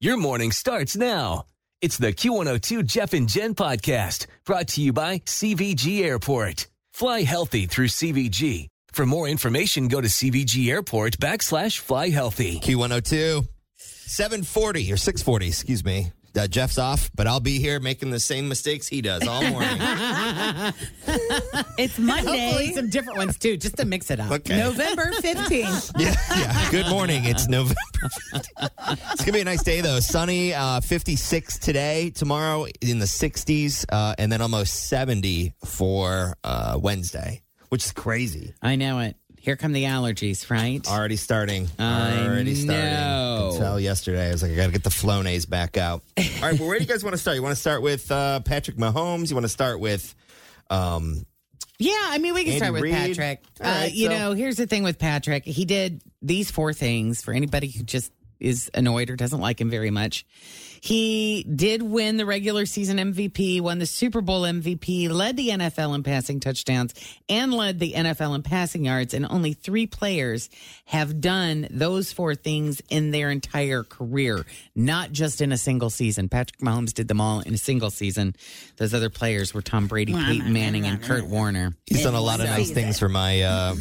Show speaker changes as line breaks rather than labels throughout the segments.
Your morning starts now. It's the Q102 Jeff and Jen podcast brought to you by CVG Airport. Fly healthy through CVG. For more information, go to CVG Airport backslash fly healthy.
Q102, 740 or 640, excuse me. Uh, Jeff's off, but I'll be here making the same mistakes he does all morning.
It's
Hopefully
Monday,
some different ones too, just to mix it up.
Okay.
November 15th.
Yeah, yeah. Good morning. It's November. 15th. it's gonna be a nice day though. Sunny, uh, 56 today. Tomorrow in the 60s, uh, and then almost 70 for uh, Wednesday, which is crazy.
I know it. Here come the allergies, right?
Already starting.
I
Already starting.
know.
Could tell yesterday. I was like, I gotta get the Flonase back out. All right, well, where do you guys want to start? You want to start with uh, Patrick Mahomes? You want to start with? Um,
Yeah, I mean, we can
Andy
start with
Reid.
Patrick.
All
uh,
right,
you
so-
know, here's the thing with Patrick. He did these four things for anybody who just is annoyed or doesn't like him very much. He did win the regular season MVP, won the Super Bowl MVP, led the NFL in passing touchdowns, and led the NFL in passing yards. And only three players have done those four things in their entire career, not just in a single season. Patrick Mahomes did them all in a single season. Those other players were Tom Brady, Peyton Manning, and Kurt Warner.
he's done a lot of nice things for my uh,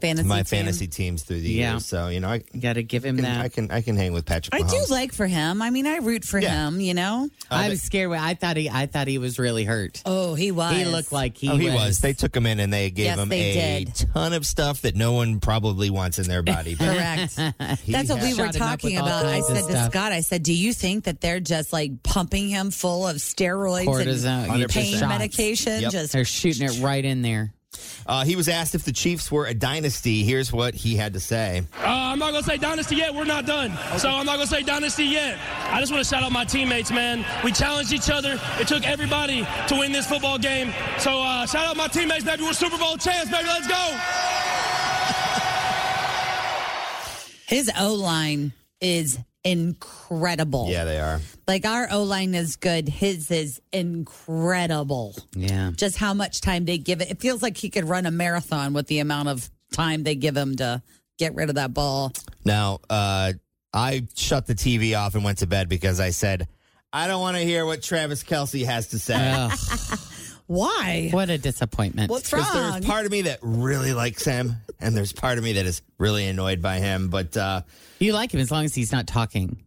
Fantasy
my
team.
fantasy teams through the
Yeah.
years. So you know, I,
You got to give him
can,
that.
I can I can hang with Patrick.
I do
Mahomes.
like for him. I mean, I root for
Yeah.
him, you know?
Oh,
I was scared. when- I thought he. I thought he was really hurt.
Oh, he was.
He looked like he,
Oh, he
was.
was. They took him in and they gave
Yes,
him
they
a
did.
ton of stuff that no one probably wants in their body. But
Correct.
he
That's what
had-
we were
Shot him up with
talking
all
about. I
kinds of
said to
stuff.
Scott, I said, do you think that they're just like pumping him full of steroids
Cortisone,
and
100%.
pain
Shots.
medication?
Yep.
Just
They're shooting it right in there.
Uh, he was asked if the Chiefs were a dynasty. Here's what he had to say.
Uh, I'm not gonna say dynasty yet. We're not done, so I'm not gonna say dynasty yet. I just want to shout out my teammates, man. We challenged each other. It took everybody to win this football game. So uh, shout out my teammates, baby. We're Super Bowl champs, baby. Let's go.
his O line is incredible.
Yeah, they are.
Like our O line is good. His is incredible.
Yeah.
Just how much time they give it. It feels like he could run a marathon with the amount of time they give him to get rid of that ball.
Now, uh, I shut the TV off and went to bed because I said, I don't want to hear what Travis Kelsey has to say.
Ugh,
Why?
what a disappointment.
What's
Because
wrong?
There's part of me that really likes him, and there's part of me that is really annoyed by him. But uh,
You like him as long as he's not talking.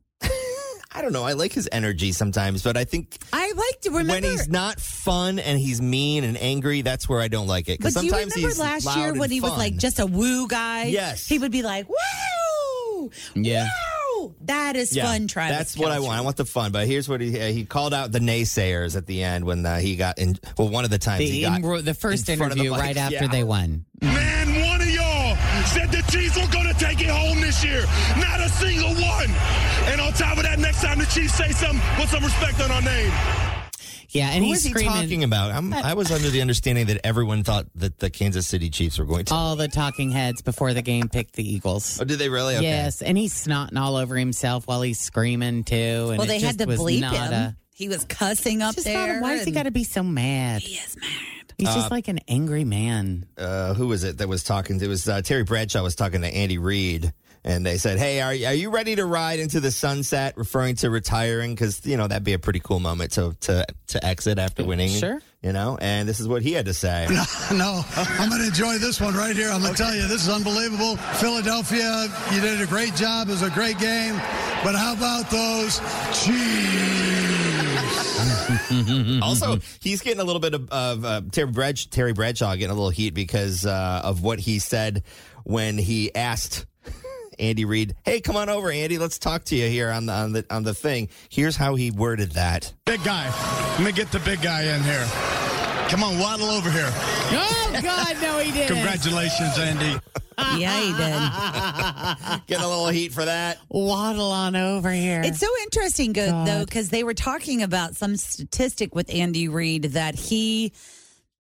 I don't know. I like his energy sometimes, but I think
I like to remember.
when he's not fun and he's mean and angry, that's where I don't like it.
but
'Cause
do you
sometimes
remember
he's
last
loud
year
and
when he was
fun.
like just a woo guy?
Yes.
He would be like, wow.
Yeah.
Wow. That is fun, Travis.
That's what I
Kelce."
want. I want the fun. But here's what he uh, he called out the naysayers at the end when uh, he got in. Well, one of the times he
The,
got
in- the first
in front of the
interview
mic.
right after
Yeah.
they won.
Man, one of y'all said the Chiefs were going to take it home this year. Not a single one. And on top of that, next time the Chiefs say something, put some respect on our name.
Yeah, and
Who
he's
is he
screaming
talking about? I'm, I was under the understanding that everyone thought that the Kansas City Chiefs were going to.
all the talking heads before the game picked the Eagles.
oh, did they really? Okay.
Yes, and he's snotting all over himself while he's screaming too. And
Well,
it
they had
just
to
was
bleep
not
him.
a-
he was cussing up
just
there.
thought, why has he
and-
got to be so mad? He is mad. He's just like an angry man.
Uh, who was it that was talking? It was uh, Terry Bradshaw was talking to Andy Reid, and they said, "Hey, are are you ready to ride into the sunset?" Referring to retiring because you know that'd be a pretty cool moment to to to exit after winning.
Sure.
You know, and this is what he had to say.
No, I'm going to enjoy this one right here. I'm going to tell you, this is unbelievable. Philadelphia, you did a great job. It was a great game. But how about those Chiefs?
Also, he's getting a little bit of, of uh, Terry, Brad, Terry Bradshaw getting a little heat because uh, of what he said when he asked Andy Reid, "Hey, come on over, Andy. Let's talk to you here on the on the on the thing." Here's how he worded that.
Big guy. Let me get the big guy in here.
Come on, waddle over here.
Oh God, no, he didn't.
Congratulations, Andy.
yeah, he did.
Getting a little heat for that.
Waddle on over here.
It's so interesting, good though, because they were talking about some statistic with Andy Reid that he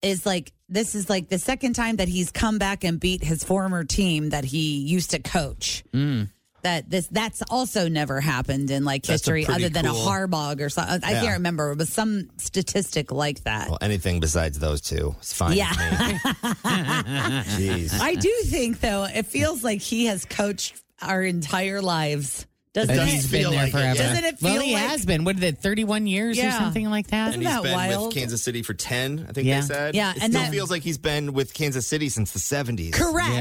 is like this is like the second time that he's come back and beat his former team that he used to coach. That this that's also never happened in like
Mm. That's a
history,
pretty
other than
cool-
a Harbaugh or something. I
Yeah.
can't remember, but some statistic like that.
Well, anything besides those two is fine. with
Yeah.
me. Jeez.
I do think though, it feels like he has coached our entire lives. Doesn't
And
it?
he's been
feel
there
like it,
forever.
yeah.
Doesn't it
well,
feel
he
like-
has been. What is it? Thirty-one years or
Yeah.
something like
And
that.
Isn't
he's
that
been
wild?
with Kansas City for 10, I think
Yeah.
they said.
Yeah,
It
and
still
that-
feels like he's been with Kansas City since the 70s.
Correct.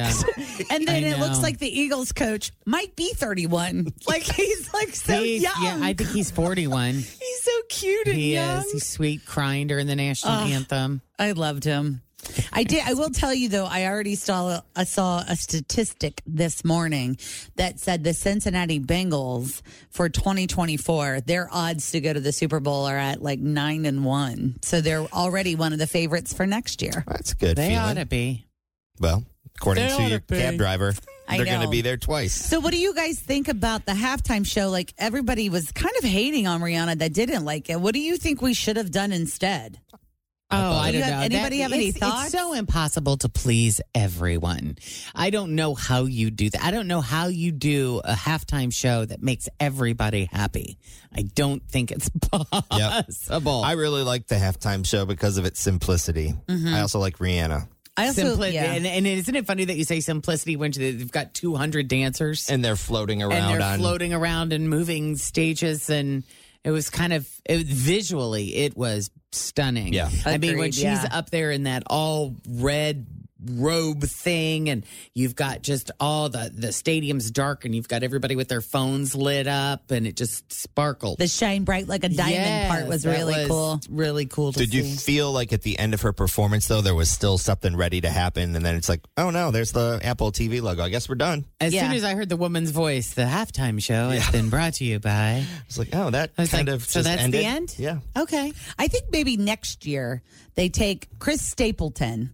And then
I
it looks
know.
like the Eagles coach might be 31. Like he's like so
He's-
young.
yeah, I think he's forty-one.
he's so cute and
he
young.
is. He's sweet crying during the national anthem.
I loved him. I did. I will tell you though. I already saw. I saw a statistic this morning that said the Cincinnati Bengals for 2024, their odds to go to the Super Bowl are at like nine and one. So they're already one of the favorites for next year.
That's a good
They
feeling.
ought to be.
Well, according
They
to
oughta
your
be.
cab driver,
I
they're going to
know.
be there twice.
So, what do you guys think about the halftime show? Like, everybody was kind of hating on Rihanna that didn't like it. What do you think we should have done instead?
Oh, I
Do you
don't know.
have- anybody have any
it's,
thoughts?
It's so impossible to please everyone. I don't know how you do that. I don't know how you do a halftime show that makes everybody happy. I don't think it's possible.
I really like the halftime show because of its simplicity.
Mm-hmm.
I also like Rihanna.
I also,
Simpli-
yeah.
and, and isn't it funny that you say simplicity when they've got 200 dancers
And they're floating around
and they're
on.
floating around and moving stages and it was kind of it, visually it was stunning
Yeah.
i mean when
Agreed,
she's
yeah.
up there in that all red robe thing and you've got just all the the stadium's dark and you've got everybody with their phones lit up and it just sparkled
the shine bright like a diamond
Yes,
part was
that
really
was
cool.
really cool to
Did you
see.
feel like at the end of her performance, though, there was still something ready to happen? And then it's like, oh no, there's the Apple TV logo. I guess we're done.
as
Yeah.
soon as i heard the woman's voice the halftime show has been brought to you by
It's like, oh, that
I was
kind
like,
of
so
just
that's
ended.
the end
Yeah.
okay
I think maybe next year they take Chris Stapleton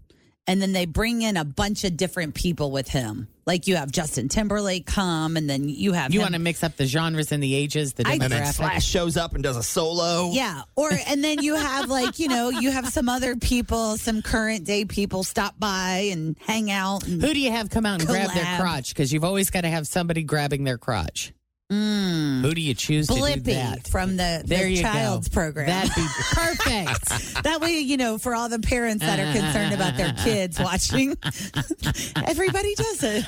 and then they bring in a bunch of different people with him. Like, you have Justin Timberlake come, and then you have
you
him-
want to mix up the genres and the ages the
I- And
And then
demographics?
Slash shows up and does a solo.
Yeah. Or, and then you have like, you know, you have some other people, some current day people stop by and hang out. And,
Who do you have come out and grab their
Collab.
crotch? Because you've always got to have somebody grabbing their crotch. Who do you choose to do
Blippy
that?
from Mm. the,
There
the
you
child's
go.
program.
That'd be perfect.
that way, you know, for all the parents that are concerned about their kids watching, everybody does it.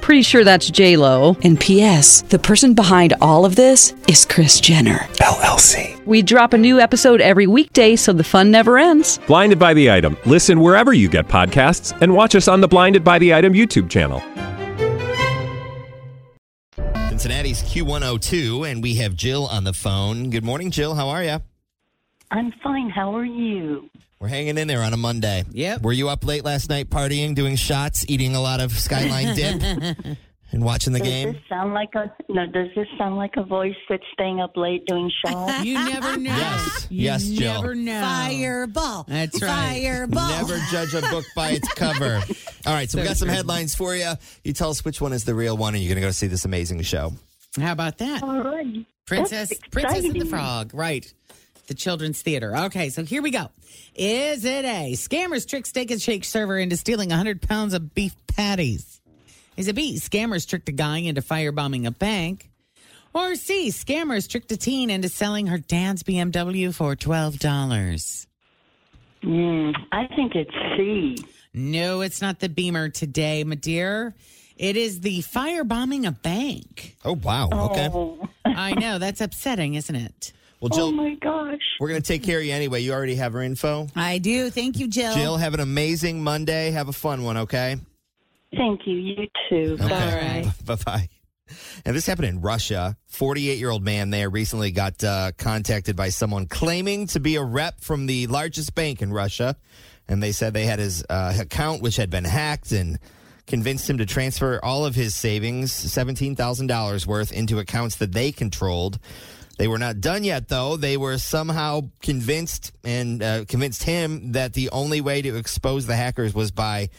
Pretty sure that's J Lo.
And P.S. The person behind all of this is Chris Jenner.
LLC.
We drop a new episode every weekday, so the fun never ends.
Blinded by the item. Listen wherever you get podcasts, and watch us on the Blinded by the Item YouTube channel.
Cincinnati's Q102, and we have Jill on the phone. Good morning, Jill. How are you?
I'm fine. How are you?
We're hanging in there on a Monday.
Yep.
Were you up late last night partying, doing shots, eating a lot of Skyline dip, and watching the
Does
game?
this sound like a no? Does this sound like a voice that's staying up late doing shots?
you never know.
Yes.
You
Yes, Jill.
never know.
Fireball.
That's right.
Fireball.
Never judge a book by its cover. All right, so, we got some headlines for you. You tell us which one is the real one, and you're going to go see this amazing show.
How about that?
All right.
Princess,
That's
Princess and the
exciting.
Frog, right? The Children's Theater. Okay, so here we go. Is it A? Scammers trick Steak and Shake server into stealing 100 pounds of beef patties. Is it B? Scammers tricked a guy into firebombing a bank. Or C? Scammers tricked a teen into selling her dad's BMW for $12.
Mm, I think it's C.
No, it's not the Beamer today, Madeir. It is the firebombing a bank.
Oh, wow. Okay.
I know. That's upsetting, isn't it?
Well, Jill,
Oh gosh.
we're going to take care of you anyway. You already have her info.
I do. Thank you, Jill.
Jill, have an amazing Monday. Have a fun one, okay?
Thank you. You too.
Okay.
Bye.
Bye bye. And this happened in Russia. 48 year old man there recently got uh, contacted by someone claiming to be a rep from the largest bank in Russia. And they said they had his uh, account, which had been hacked, and convinced him to transfer all of his savings, $17,000 worth, into accounts that they controlled. They were not done yet, though. They were somehow convinced and uh, convinced him that the only way to expose the hackers was by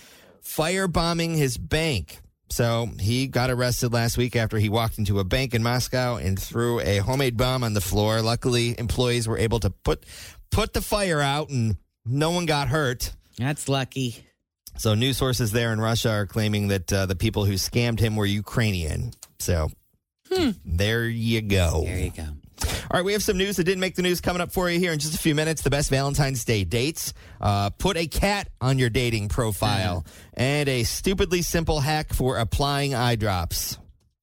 firebombing his bank. So he got arrested last week after he walked into a bank in Moscow and threw a homemade bomb on the floor. Luckily, employees were able to put put the fire out, and no one got hurt.
That's lucky.
So news sources there in Russia are claiming that uh, the people who scammed him were Ukrainian. So there you go.
Hmm. There you go.
All right, we have some news that didn't make the news coming up for you here in just a few minutes. The best Valentine's Day dates. Uh, put a cat on your dating profile.
Hmm.
And a stupidly simple hack for applying eye drops.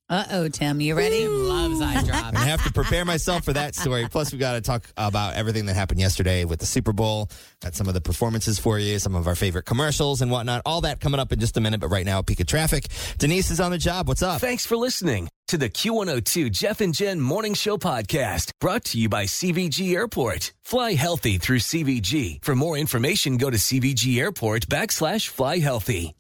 Uh oh, Tim. You ready?
Loves eye drops.
I have to prepare myself for that story. Plus, we got to talk about everything that happened yesterday with the Super Bowl. Got some of the performances for you, some of our favorite commercials and whatnot. All that coming up in just a minute. But right now, peak of traffic. Denise is on the job. What's up?
Thanks for listening to the Q102 Jeff and Jen Morning Show podcast brought to you by CVG Airport. Fly healthy through CVG. For more information, go to CVG Airport backslash fly healthy.